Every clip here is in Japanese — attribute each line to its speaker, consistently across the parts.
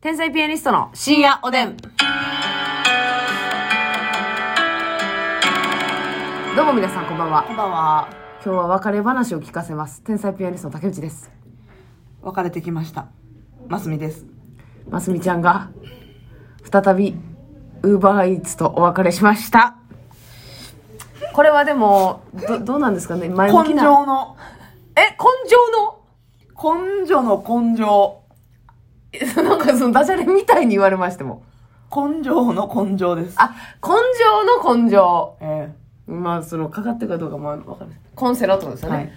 Speaker 1: 天才ピアニストの深夜おでん。どうも皆さんこんばんは。
Speaker 2: こんばんは。
Speaker 1: 今日は別れ話を聞かせます。天才ピアニストの竹内です。
Speaker 2: 別れてきました。ますみです。
Speaker 1: ますみちゃんが、再び、ウーバーイーツとお別れしました。これはでも、ど、どうなんですかね前向き
Speaker 2: 根
Speaker 1: な。
Speaker 2: 性の、
Speaker 1: え、根性
Speaker 2: 根性の根性。
Speaker 1: の なんかそのダジャレみたいに言われましても。
Speaker 2: 根性の根性です。
Speaker 1: あ、根性の根性。
Speaker 2: え
Speaker 1: まあ、その、かかってるかどうかもわかんない。コンセロってことです
Speaker 2: え
Speaker 1: よね。
Speaker 2: はい。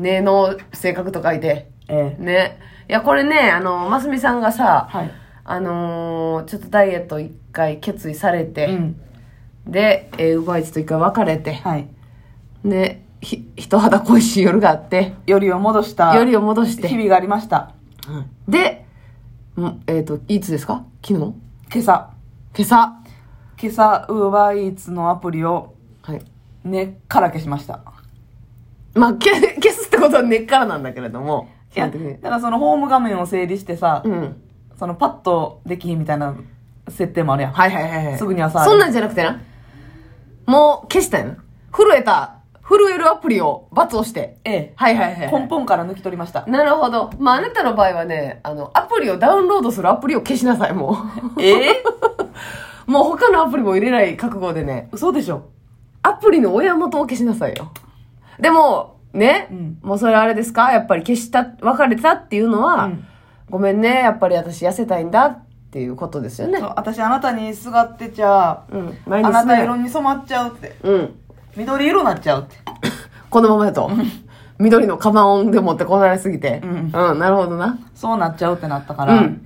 Speaker 1: ねの性格と書いて。
Speaker 2: ええ
Speaker 1: ね。いや、これね、あの、ますみさんがさ、
Speaker 2: はい。
Speaker 1: あのーちょっとダイエット一回決意され
Speaker 2: う
Speaker 1: て、
Speaker 2: ん。
Speaker 1: で、えー、ウーバーイーツと一回別れて、
Speaker 2: はい。
Speaker 1: で、ひ、人肌恋しい夜があって、
Speaker 2: よりを戻した。
Speaker 1: よりを戻して、
Speaker 2: 日々がありました。
Speaker 1: で、うんえっ、と、いつですか昨日今
Speaker 2: 今朝。
Speaker 1: 朝。
Speaker 2: 今朝、ウーバーイーツのアプリを
Speaker 1: はい。
Speaker 2: 根っから消しました。
Speaker 1: まあ、け、 消すってことは根っからなんだけれども、
Speaker 2: いや、
Speaker 1: 基
Speaker 2: だ
Speaker 1: 本的に
Speaker 2: からそのホーム画面を整理してさ、
Speaker 1: うん。
Speaker 2: そのパッとできひんみたいな設定もあるやん。
Speaker 1: はいはいはいはい。
Speaker 2: すぐに朝ある
Speaker 1: そんなんじゃなくてな。もう消したんやな。震えた、震えるアプリを罰をして。
Speaker 2: ええ。
Speaker 1: はいはいはい、
Speaker 2: 根本から抜き取りました。
Speaker 1: なるほど。まあ、あなたの場合はね、あの、アプリをダウンロードするアプリを消しなさい、も
Speaker 2: ええ
Speaker 1: う。もう他のアプリも入れない覚悟でね、
Speaker 2: 嘘でしょ。
Speaker 1: アプリの親元を消しなさいよ。でも、ね、
Speaker 2: うん
Speaker 1: もうそれあれですかやっぱり消した、別れたっていうのは、
Speaker 2: うん
Speaker 1: ごめんね、やっぱり私痩せたいんだっていうことですよね
Speaker 2: そう。私あなたにすがってちゃ、
Speaker 1: うん。
Speaker 2: あ
Speaker 1: 前に
Speaker 2: な
Speaker 1: 進
Speaker 2: た
Speaker 1: めな
Speaker 2: 色
Speaker 1: い
Speaker 2: に染まっちゃうって
Speaker 1: うん。
Speaker 2: 緑色になっちゃうって
Speaker 1: このままだと。緑のカバンでもってこなれすぎて。
Speaker 2: う
Speaker 1: うんん、なるほどな。
Speaker 2: そうなっちゃうってなったから、
Speaker 1: うん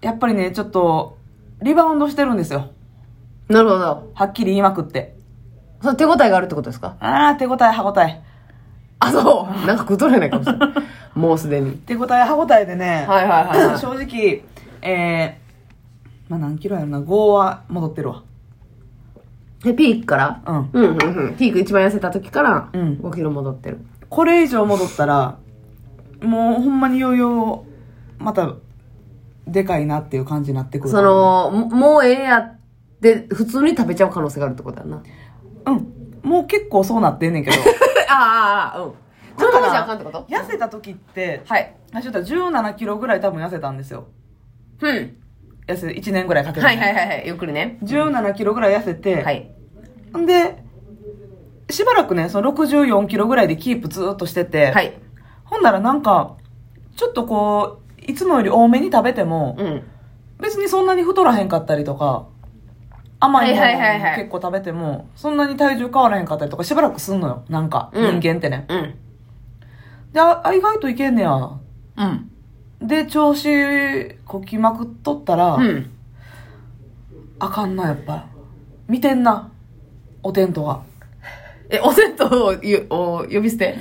Speaker 2: やっぱりねちょっとリバウンドしてるんですよ
Speaker 1: なるほど。
Speaker 2: はっきり言いまくって
Speaker 1: その手応えがあるってことですか
Speaker 2: ああ手応え歯応え
Speaker 1: あ、そう。なんか崩れないかもしれない。もうすでに。
Speaker 2: 手応え歯応えでね、
Speaker 1: はいはいはいはい
Speaker 2: 正直えー、まあ何キロやろな5は戻ってるわ
Speaker 1: で、ピークから
Speaker 2: うん
Speaker 1: うんうんうん。ピーク一番痩せた時から、
Speaker 2: うん
Speaker 1: 5キロ戻ってる。
Speaker 2: これ以上戻ったらもうほんまにいよいよまたでかいなっていう感じになってくる
Speaker 1: その、ももうええやって、普通に食べちゃう可能性が あるってことだな。
Speaker 2: うんもう結構そうなってんねんけど
Speaker 1: ああ、ああ、うん。 そのままじゃあかんってこと
Speaker 2: 痩せた時って、
Speaker 1: はい。
Speaker 2: あちょっと17キロぐらい多分痩せたんですよ。
Speaker 1: うん。
Speaker 2: 痩せ、1年ぐらいかけて、
Speaker 1: はいはいはいはい。ゆっくりね。
Speaker 2: 17キロぐらい痩せて、
Speaker 1: はい。
Speaker 2: んで、しばらくね、その64キロぐらいでキープずーっとしてて、
Speaker 1: はい。
Speaker 2: ほんならなんか、ちょっとこう、いつもより多めに食べても、
Speaker 1: うん。
Speaker 2: 別にそんなに太らへんかったりとか、甘いも
Speaker 1: はいはいはいは
Speaker 2: の
Speaker 1: い
Speaker 2: 結構食べても、そんなに体重変わらへんかったりとか、しばらくすんのよ。なんか、人
Speaker 1: うん
Speaker 2: 間ってね。
Speaker 1: うん。
Speaker 2: で、あ、あ意外といけんねや、
Speaker 1: うん。
Speaker 2: で、調子こきまくっとったら、
Speaker 1: うん。
Speaker 2: あかんな、やっぱ。見てんな、おテン トは。
Speaker 1: え、お銭湯をゆを呼び捨 て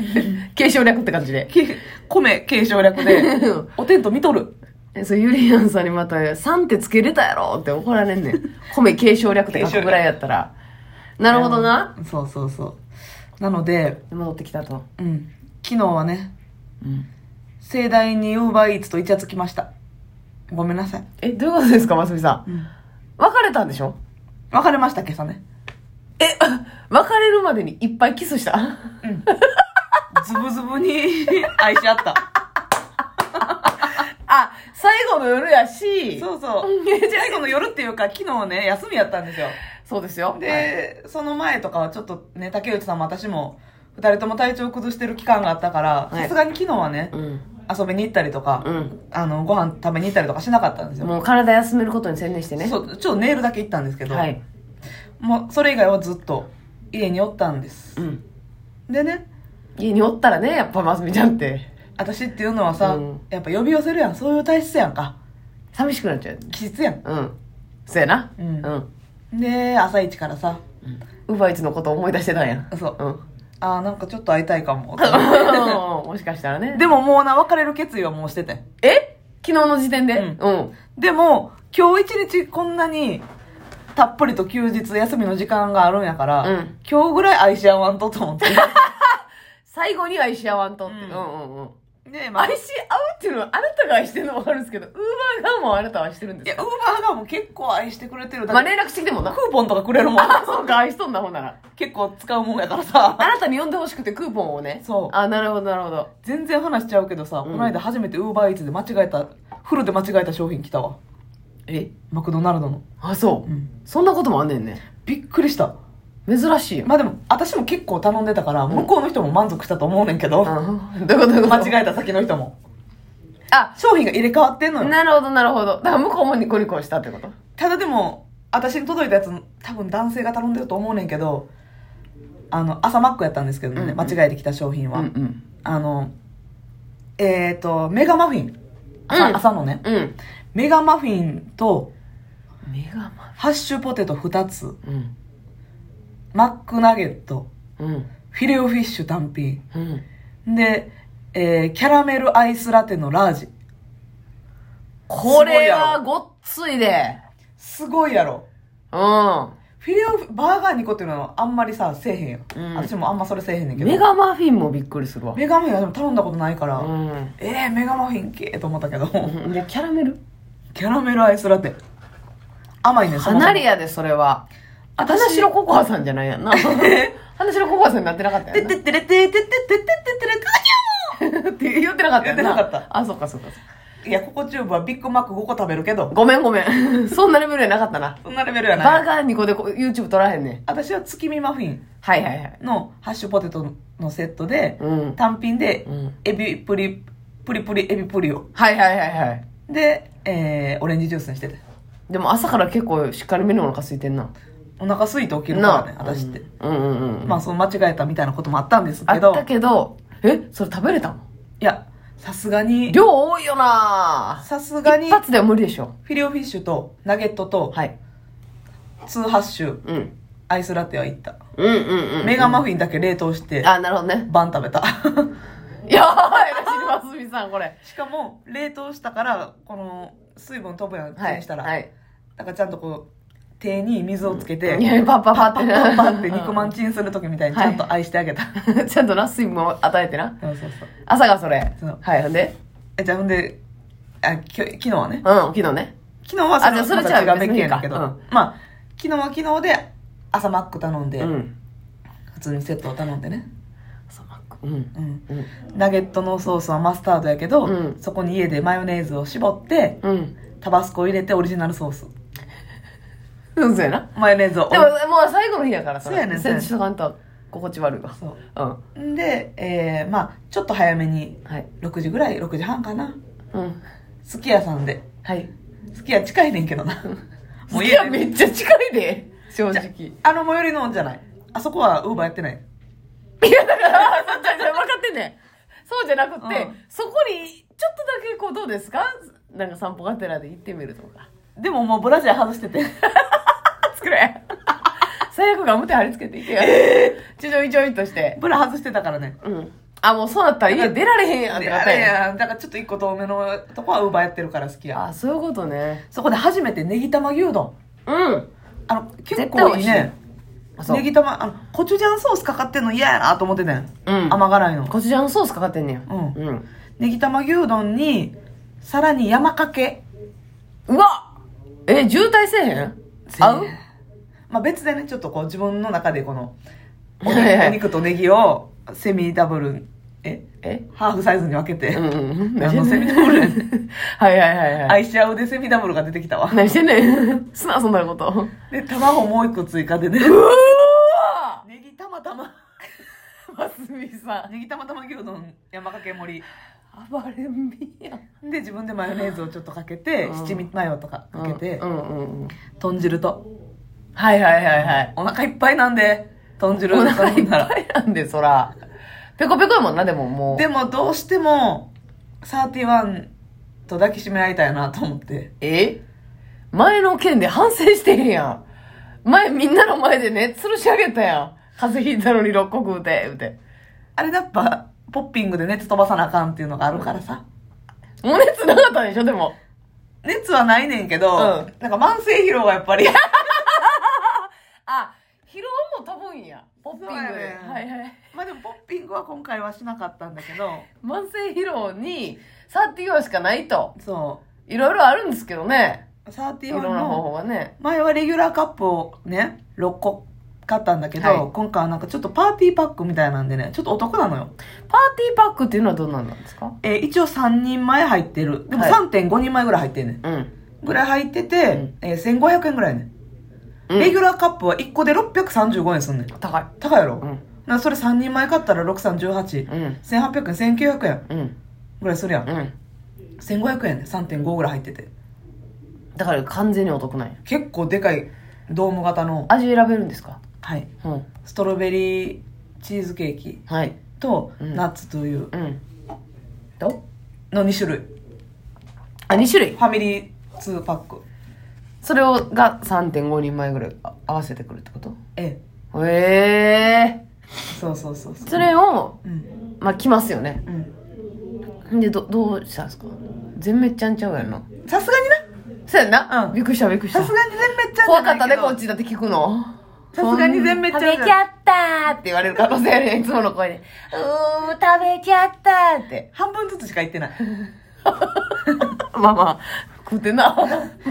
Speaker 1: 継承略って感じで。
Speaker 2: け米継承略 で、おテント見とる。
Speaker 1: え、そう、ゆりやんさんにまた、3ってつけれたやろって怒られんねん。米継承略って書くぐらいやったら。なるほどな。
Speaker 2: うん。そうそうそう。なので、
Speaker 1: で戻ってきたと。
Speaker 2: うん。昨日はね、
Speaker 1: うん。
Speaker 2: 盛大にウーバーイーツとイチャつきました。ごめんなさい。
Speaker 1: え、どういうことですか、ますみさん。
Speaker 2: うん。
Speaker 1: 別れたんでしょ
Speaker 2: 別れました、今朝ね。
Speaker 1: え、別れるまでにいっぱいキスした
Speaker 2: うん。ズブズブに 愛し合った。
Speaker 1: あ、最後の夜やし。。
Speaker 2: そうそう
Speaker 1: えじゃあ
Speaker 2: 最後の夜っていうか、昨日ね、休みやったんですよ。
Speaker 1: そうですよ。はい
Speaker 2: で、その前とかはちょっとね、竹内さんも私も、二人とも体調崩してる期間があったから、
Speaker 1: はい
Speaker 2: さすがに昨日はね、
Speaker 1: うん。
Speaker 2: 遊びに行ったりとか、
Speaker 1: うん。
Speaker 2: あの、ご飯食べに行ったりとかしなかったんですよ。
Speaker 1: もう体休めることに専念してね。
Speaker 2: そう、ちょっとネイルだけ行ったんですけど、
Speaker 1: はい。
Speaker 2: もうそれ以外はずっと家におったんです。
Speaker 1: うん。
Speaker 2: でね、
Speaker 1: 家におったらね、やっぱますみちゃんって。
Speaker 2: 私っていうのはさ、
Speaker 1: うん
Speaker 2: やっぱ呼び寄せるやん。そういう体質やんか。
Speaker 1: 寂しくなっちゃう。
Speaker 2: 気質やん。
Speaker 1: うん。そうやな。
Speaker 2: う
Speaker 1: うんん。うん。
Speaker 2: で、朝一からさ、
Speaker 1: ウーバーイーツのこと思い出してたんや。
Speaker 2: そう
Speaker 1: うん。
Speaker 2: あーなんかちょっと会いたいかも。
Speaker 1: もしかしたらね。
Speaker 2: でももうな、別れる決意はもうしててん。
Speaker 1: え昨日の時点で
Speaker 2: うん
Speaker 1: うん。
Speaker 2: でも、今日一日こんなに、たっぷりと休日、休みの時間があるんやから、
Speaker 1: うん
Speaker 2: 今日ぐらい愛し合わんとと思って。
Speaker 1: 最後に愛し合わんとって。
Speaker 2: う
Speaker 1: うんんうんうん。
Speaker 2: で、まあ、
Speaker 1: 愛
Speaker 2: い
Speaker 1: し合うっていうのはあなたが愛してるのはわかるんですけど、ウーバー側もあなたは愛してるんで
Speaker 2: や、
Speaker 1: す
Speaker 2: ウー
Speaker 1: か
Speaker 2: バーがもう結構愛してくれてる。だ
Speaker 1: まあ
Speaker 2: から
Speaker 1: 連絡してきてもな。
Speaker 2: クーポンとかくれるもん。
Speaker 1: あ、そうか、愛しとんな、ほんなら。
Speaker 2: 結構使うもんやからさ。
Speaker 1: あなたに呼んでほしくてクーポンをね。
Speaker 2: そう
Speaker 1: あ、なるほど、なるほど。
Speaker 2: 全然話しちゃうけどさ、この間初めてウーバーイーツで間違えた、フルで間違えた商品来たわ。
Speaker 1: え
Speaker 2: マクドナルドの。
Speaker 1: あ、そう。
Speaker 2: うん
Speaker 1: そんなこともあんねんね。
Speaker 2: びっくりした。
Speaker 1: 珍しいよ。
Speaker 2: まあでも、私も結構頼んでたから、向こうの人も満足したと思うねんけど、
Speaker 1: うんどういうことどういうこと
Speaker 2: 間違えた先の人も。
Speaker 1: あ、
Speaker 2: 商品が入れ替わってんのよ。
Speaker 1: なるほど、なるほど。だから向こうもニコニコしたってこと。
Speaker 2: ただでも、私に届いたやつ、多分男性が頼んでると思うねんけど、あの、朝マックやったんですけどね、
Speaker 1: うんうん
Speaker 2: 間違えてきた商品は。
Speaker 1: ん。
Speaker 2: あの、えっ、と、メガマフィン。朝,、
Speaker 1: うん
Speaker 2: 朝のね。
Speaker 1: うん。
Speaker 2: メガマフィンと、
Speaker 1: メガマ
Speaker 2: ハッシュポテト2つ、
Speaker 1: うん。
Speaker 2: マックナゲット、
Speaker 1: うん。
Speaker 2: フィレオフィッシュ単品。
Speaker 1: うん。
Speaker 2: で、えーキャラメルアイスラテのラージ。
Speaker 1: これはごっついで。
Speaker 2: すごいやろ。
Speaker 1: う
Speaker 2: フィレオフィ、バーガー2個っていうのはあんまりさ、せえへんよ。
Speaker 1: うん
Speaker 2: 私もあんまそれせえへんねんけ
Speaker 1: ん。
Speaker 2: ど。
Speaker 1: メガマフィンもびっくりするわ。
Speaker 2: メガマフィンはでも頼んだことないから、
Speaker 1: うん。
Speaker 2: えー、メガマフィン系と思ったけど、
Speaker 1: で、キャラメル
Speaker 2: キャラメルアイスラテ。甘いね、そもそも
Speaker 1: 離れやで、それは。あ、
Speaker 2: 私
Speaker 1: 花城ココアさんじゃないやんな。 花城ココアさんになってなかった
Speaker 2: て
Speaker 1: や
Speaker 2: っ
Speaker 1: んな。
Speaker 2: てってれててってってってってれ て
Speaker 1: って言ってなかったやん
Speaker 2: 言ってなかっ
Speaker 1: あ、そっかそっかそっか。
Speaker 2: いや、ココチューブはビッグマック5個食べるけど、
Speaker 1: ごめんごめん。 そんなレベルやなかったな。
Speaker 2: そんなレベルや
Speaker 1: バ
Speaker 2: な
Speaker 1: ー
Speaker 2: い。
Speaker 1: ガー2個でこ YouTube 撮らへんねん。
Speaker 2: 私は月見マフィン
Speaker 1: はいはいはい。
Speaker 2: のハッシュポテトのセットで、
Speaker 1: うん。
Speaker 2: 単品で
Speaker 1: うん、
Speaker 2: エビプリ、プリプリエビプリを。
Speaker 1: はいはいはいはい。
Speaker 2: で、えー、オレンジジュースにしてて。
Speaker 1: でも朝から結構しっかりめにお腹空いてんな。
Speaker 2: お腹空いて起きるから
Speaker 1: な
Speaker 2: ね、私って。。
Speaker 1: うんうんうんうん。
Speaker 2: まあ、その間違えたみたいなこともあったんです
Speaker 1: あ
Speaker 2: けど
Speaker 1: っ、たけど、え、それ食べれたの
Speaker 2: いや、さすがに、
Speaker 1: 量多いよな
Speaker 2: さすがに、
Speaker 1: 一
Speaker 2: フ
Speaker 1: 発では無理でしょ。
Speaker 2: ィレオフィッシュとナゲットと、
Speaker 1: はい。
Speaker 2: ツーハッシュ、
Speaker 1: うん。
Speaker 2: アイスラテは行った。
Speaker 1: うんうんうん。
Speaker 2: メガマフィンだけ冷凍して、
Speaker 1: あ、なるほどね。
Speaker 2: 晩食べた。
Speaker 1: やばいな、シルバスミさん、これ。
Speaker 2: しかも、冷凍したから、この、水分飛ぶやん、
Speaker 1: は
Speaker 2: チン
Speaker 1: い。
Speaker 2: したら。
Speaker 1: はい。
Speaker 2: だからちゃんとこう、手に水をつけて、
Speaker 1: いやパッパッパって
Speaker 2: パッパッパって肉まん
Speaker 1: ち。
Speaker 2: チンするときみたいにち
Speaker 1: はい
Speaker 2: ゃんと愛してあげた。
Speaker 1: ちゃんとな、水分を与えてな。
Speaker 2: そうそうそう。
Speaker 1: 朝がそれ
Speaker 2: そう。
Speaker 1: はい。ほんで
Speaker 2: え、じゃあほんで、あ、きょ昨日はね
Speaker 1: うん、。昨日ね。
Speaker 2: 昨日は
Speaker 1: あじゃあそれじゃあ
Speaker 2: また違う別件やねんけど、
Speaker 1: 別にいいか
Speaker 2: まあ、昨日は昨日で、朝マック頼んで、
Speaker 1: うん。
Speaker 2: 普通にセットを頼んでね。
Speaker 1: 朝マック。うん。
Speaker 2: うん。
Speaker 1: うん。
Speaker 2: ナゲットのソースはマスタードやけど、
Speaker 1: うん
Speaker 2: そこに家でマヨネーズを絞って、
Speaker 1: うん。
Speaker 2: タバスコを入れてオリジナルソース。
Speaker 1: うん、そうやな。
Speaker 2: マヨネーズを。
Speaker 1: でも、もう最後の日やからさ。
Speaker 2: そうやねんそうやねん
Speaker 1: しとかんと、心地悪いわ。
Speaker 2: そ
Speaker 1: うん。
Speaker 2: うんで、えー、まあちょっと早めに、
Speaker 1: はい。
Speaker 2: 6時ぐらい、6時半かな。
Speaker 1: うん。
Speaker 2: すき家さんで。
Speaker 1: はい。
Speaker 2: すき家近いねんけどな。
Speaker 1: もう
Speaker 2: 家
Speaker 1: い
Speaker 2: で
Speaker 1: や、めっちゃ近いで。正直。い
Speaker 2: あの最寄りのじゃない。あそこはウーバーやってない。
Speaker 1: や、だから、そっちは分かってんねん。 そうじゃなくて、
Speaker 2: うん
Speaker 1: そこに、ちょっとだけこう、どうですかなんか散歩がてらで行ってみるとか。
Speaker 2: でももうブラジャー外して て。
Speaker 1: 作れ。 最悪が表貼り付けていけよ。えちょいちょいとして。
Speaker 2: ブラ外してたからね。
Speaker 1: うん。あ、もうそうなったら家出られへんやん
Speaker 2: あ
Speaker 1: っ
Speaker 2: れ
Speaker 1: てなったんや
Speaker 2: やだからちょっと一個遠めのとこはウーバーやってるから好きや。
Speaker 1: あ、そういうことね。
Speaker 2: そこで初めてネギ玉牛丼。
Speaker 1: うん。
Speaker 2: あの、結
Speaker 1: 絶対美
Speaker 2: 構い
Speaker 1: 味
Speaker 2: い
Speaker 1: しい
Speaker 2: ね。
Speaker 1: あ、そう
Speaker 2: ネ。ギ玉、あの、コチュジャンソースかかってんの嫌やなと思ってねん。
Speaker 1: うん
Speaker 2: 甘辛いの。
Speaker 1: コチュジャンソースかかってんねや。
Speaker 2: うん
Speaker 1: うん。
Speaker 2: ネギ玉牛丼に、さらに山かけ。
Speaker 1: うわえ、渋滞せえへん合う
Speaker 2: まあ別でね、ちょっとこう自分の中でこの、お肉
Speaker 1: はいはい
Speaker 2: お肉とネギをセミダブル、え
Speaker 1: え
Speaker 2: ハーフサイズに分けて、
Speaker 1: うんうん。
Speaker 2: 何のセミダブルやねん
Speaker 1: はいはいはいはい。
Speaker 2: 愛し合うでセミダブルが出てきたわ。
Speaker 1: 何してんねん。 すな、そんなこと。う
Speaker 2: で、卵もう一個追加でね。
Speaker 1: わ
Speaker 2: ネギたまたま。
Speaker 1: ますみさん。
Speaker 2: ネギたまたま牛丼山かけ盛り。
Speaker 1: 暴れんびやん。
Speaker 2: で、自分でマヨネーズをちょっとかけて、
Speaker 1: うん
Speaker 2: 七味マヨとかかけて、
Speaker 1: うんうんうん。
Speaker 2: 豚汁と。
Speaker 1: はいはいはいはい。
Speaker 2: お腹いっぱいなんで、豚汁
Speaker 1: お腹
Speaker 2: 頼
Speaker 1: い
Speaker 2: ん
Speaker 1: っ
Speaker 2: だら。
Speaker 1: ぱいなんで、そら。ペコペコやもんな、でももう。
Speaker 2: でもどうしても、31と抱きしめ合いたいなと思って。
Speaker 1: え前の件で反省してへんやん。前、みんなの前でね、吊るし上げたやん。風邪ひいたのに六国打て、言うて。
Speaker 2: あれやっぱ、ポッピングで熱飛ばさなあかんっていうのがあるからさ。
Speaker 1: もう熱なかったでしょ、でも。
Speaker 2: 熱はないねんけど、
Speaker 1: うん
Speaker 2: なんか慢性疲労がやっぱり、
Speaker 1: あ、疲労も多分や。ポッピング
Speaker 2: そうや
Speaker 1: で、
Speaker 2: ね
Speaker 1: はいはい。
Speaker 2: まあでもポッピングは今回はしなかったんだけど、
Speaker 1: 慢性疲労に30はしかないと。
Speaker 2: そ
Speaker 1: いろいろあるんですけどね。
Speaker 2: う。サーテ
Speaker 1: い
Speaker 2: ィ
Speaker 1: ろ
Speaker 2: ワ
Speaker 1: ん
Speaker 2: ン
Speaker 1: な方
Speaker 2: の、
Speaker 1: 法がね。
Speaker 2: 前はレギュラーカップをね、6個買ったんだけど、
Speaker 1: はい
Speaker 2: 今回はなんかちょっとパーティーパックみたいなんでね、ちょっとお得なのよ。
Speaker 1: パーティーパックっていうのはどんなんなんですか
Speaker 2: えー一応3人前入ってる。でも
Speaker 1: はい
Speaker 2: 3.5人前ぐらい入ってんねん。
Speaker 1: うん。
Speaker 2: ぐらい入ってて、
Speaker 1: うん
Speaker 2: えー1500円ぐらいやねん。
Speaker 1: うん
Speaker 2: レギュラーカップは1個で635円すんねん。
Speaker 1: 高い。
Speaker 2: 高いやろ、
Speaker 1: うん
Speaker 2: だからそれ3人前買ったら6318。
Speaker 1: うん。
Speaker 2: 1800円、1900円
Speaker 1: うん。
Speaker 2: ぐらいするやん。
Speaker 1: うん。
Speaker 2: 1500円ね。3.5ぐらい入ってて。
Speaker 1: だから完全にお得なんや。
Speaker 2: 結構でかいドーム型の、
Speaker 1: 味選べるんですか
Speaker 2: はい、
Speaker 1: うん。
Speaker 2: ストロベリーチーズケーキ
Speaker 1: はい。
Speaker 2: と、
Speaker 1: うん
Speaker 2: ナッツという
Speaker 1: うん。と
Speaker 2: の2種類。
Speaker 1: あ、2種類
Speaker 2: フ。ァミリー2パック。
Speaker 1: それをが3.5人前ぐらいあ合わせてくるってこと
Speaker 2: ええ。
Speaker 1: ええ
Speaker 2: そうそうそうそう。
Speaker 1: それを、
Speaker 2: うん。
Speaker 1: まあ、来ますよね。
Speaker 2: うん。
Speaker 1: で、ど、どうしたんですか全滅ちゃんちゃうやんな。
Speaker 2: さすがにな。
Speaker 1: そうやんな、
Speaker 2: うん
Speaker 1: びっくりしたびっくりし
Speaker 2: さ
Speaker 1: た
Speaker 2: す。がに全滅ちゃん
Speaker 1: 怖かったね、こっ
Speaker 2: ち。
Speaker 1: ちだって聞くの。
Speaker 2: さすがに全滅ちゃんじゃない
Speaker 1: 食べちゃったーって言われる可能性あるやん、いつもの声で。うーん、食べちゃったーって。
Speaker 2: 半分ずつしか言ってない。
Speaker 1: まあまあ、食うてんな。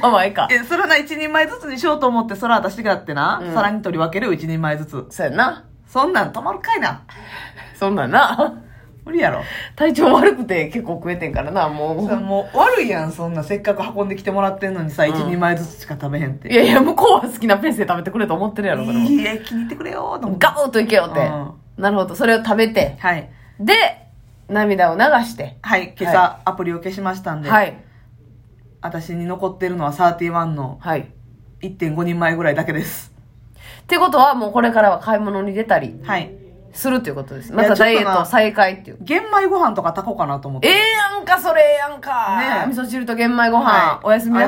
Speaker 1: まあまあ、ええか。
Speaker 2: え、それはな、一人前ずつにしようと思って、それは私がやってな、
Speaker 1: うん
Speaker 2: 皿に取り分けるよ一人前ずつ。
Speaker 1: そうやんな。
Speaker 2: そんなん止まるかいな。
Speaker 1: そんなんな。
Speaker 2: 無理やろ。
Speaker 1: 体調悪くて結構食えてんからな、も
Speaker 2: それ
Speaker 1: う。
Speaker 2: もう悪いやん、そんな。せっかく運んできてもらってんのにさ、
Speaker 1: ん
Speaker 2: 一人前ずつしか食べへんって。
Speaker 1: いやいや、向こうは好きなペースで食べてくれと思ってるやろ、それも。
Speaker 2: いや、気に入ってくれよーと思って。
Speaker 1: ガオッといけよって
Speaker 2: うん。
Speaker 1: なるほど、それを食べて。
Speaker 2: はい。
Speaker 1: で、涙を流して。
Speaker 2: はい、今朝アプリを消しましたんで、
Speaker 1: はい。
Speaker 2: 私に残ってるのは31の
Speaker 1: はい。っ
Speaker 2: 1.5人前ぐらいだけです。
Speaker 1: てことは、もうこれからは買い物に出たり
Speaker 2: はい。
Speaker 1: するということです。
Speaker 2: や
Speaker 1: またダイエ
Speaker 2: ちょ
Speaker 1: ッ
Speaker 2: っと
Speaker 1: ト
Speaker 2: な
Speaker 1: 再開っていう。
Speaker 2: 玄米ご飯とか炊こうかなと思っ
Speaker 1: え
Speaker 2: て。
Speaker 1: えやんか、それええやんか。
Speaker 2: ねえ
Speaker 1: 味噌汁と玄米ご飯、
Speaker 2: はい
Speaker 1: おやすみな